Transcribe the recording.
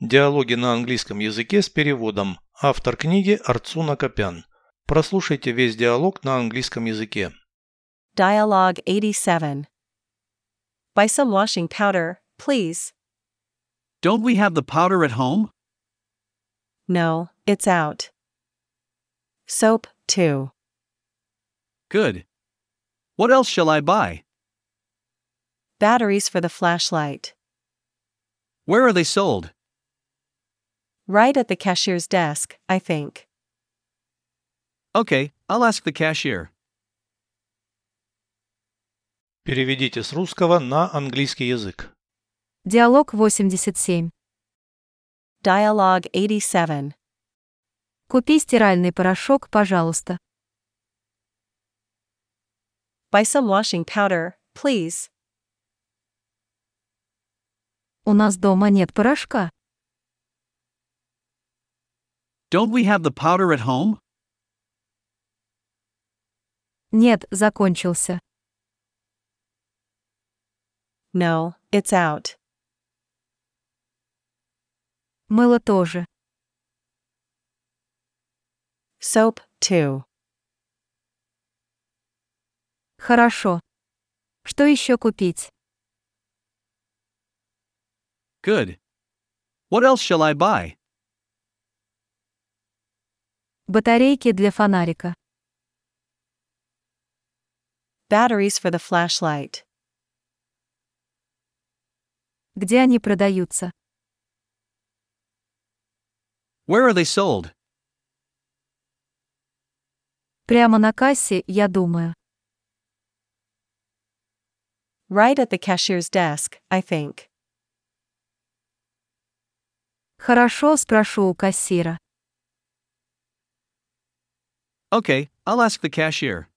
Диалоги на английском языке с переводом. Автор книги Арцуна Копян. Прослушайте весь диалог на английском языке. Dialogue 87. Buy some washing powder, please. Don't we have the powder at home? No, it's out. Soap, too. Good. What else shall I buy? Batteries for the flashlight. Where are they sold? Right at the cashier's desk, I think. Okay, I'll ask the cashier. Переведите с русского на английский язык. Диалог 87. Dialogue 87. Купи стиральный порошок, пожалуйста. Buy some washing powder, please. У нас дома нет порошка. Don't we have the powder at home? Нет, закончился. No, it's out. Мыло тоже. Soap, too. Хорошо. Что еще купить? Good. What else shall I buy? Батарейки для фонарика. Batteries for the flashlight. Где они продаются? Where are they sold? Прямо на кассе, я думаю. Right at the cashier's desk, I think. Хорошо, спрошу у кассира. Okay, I'll ask the cashier.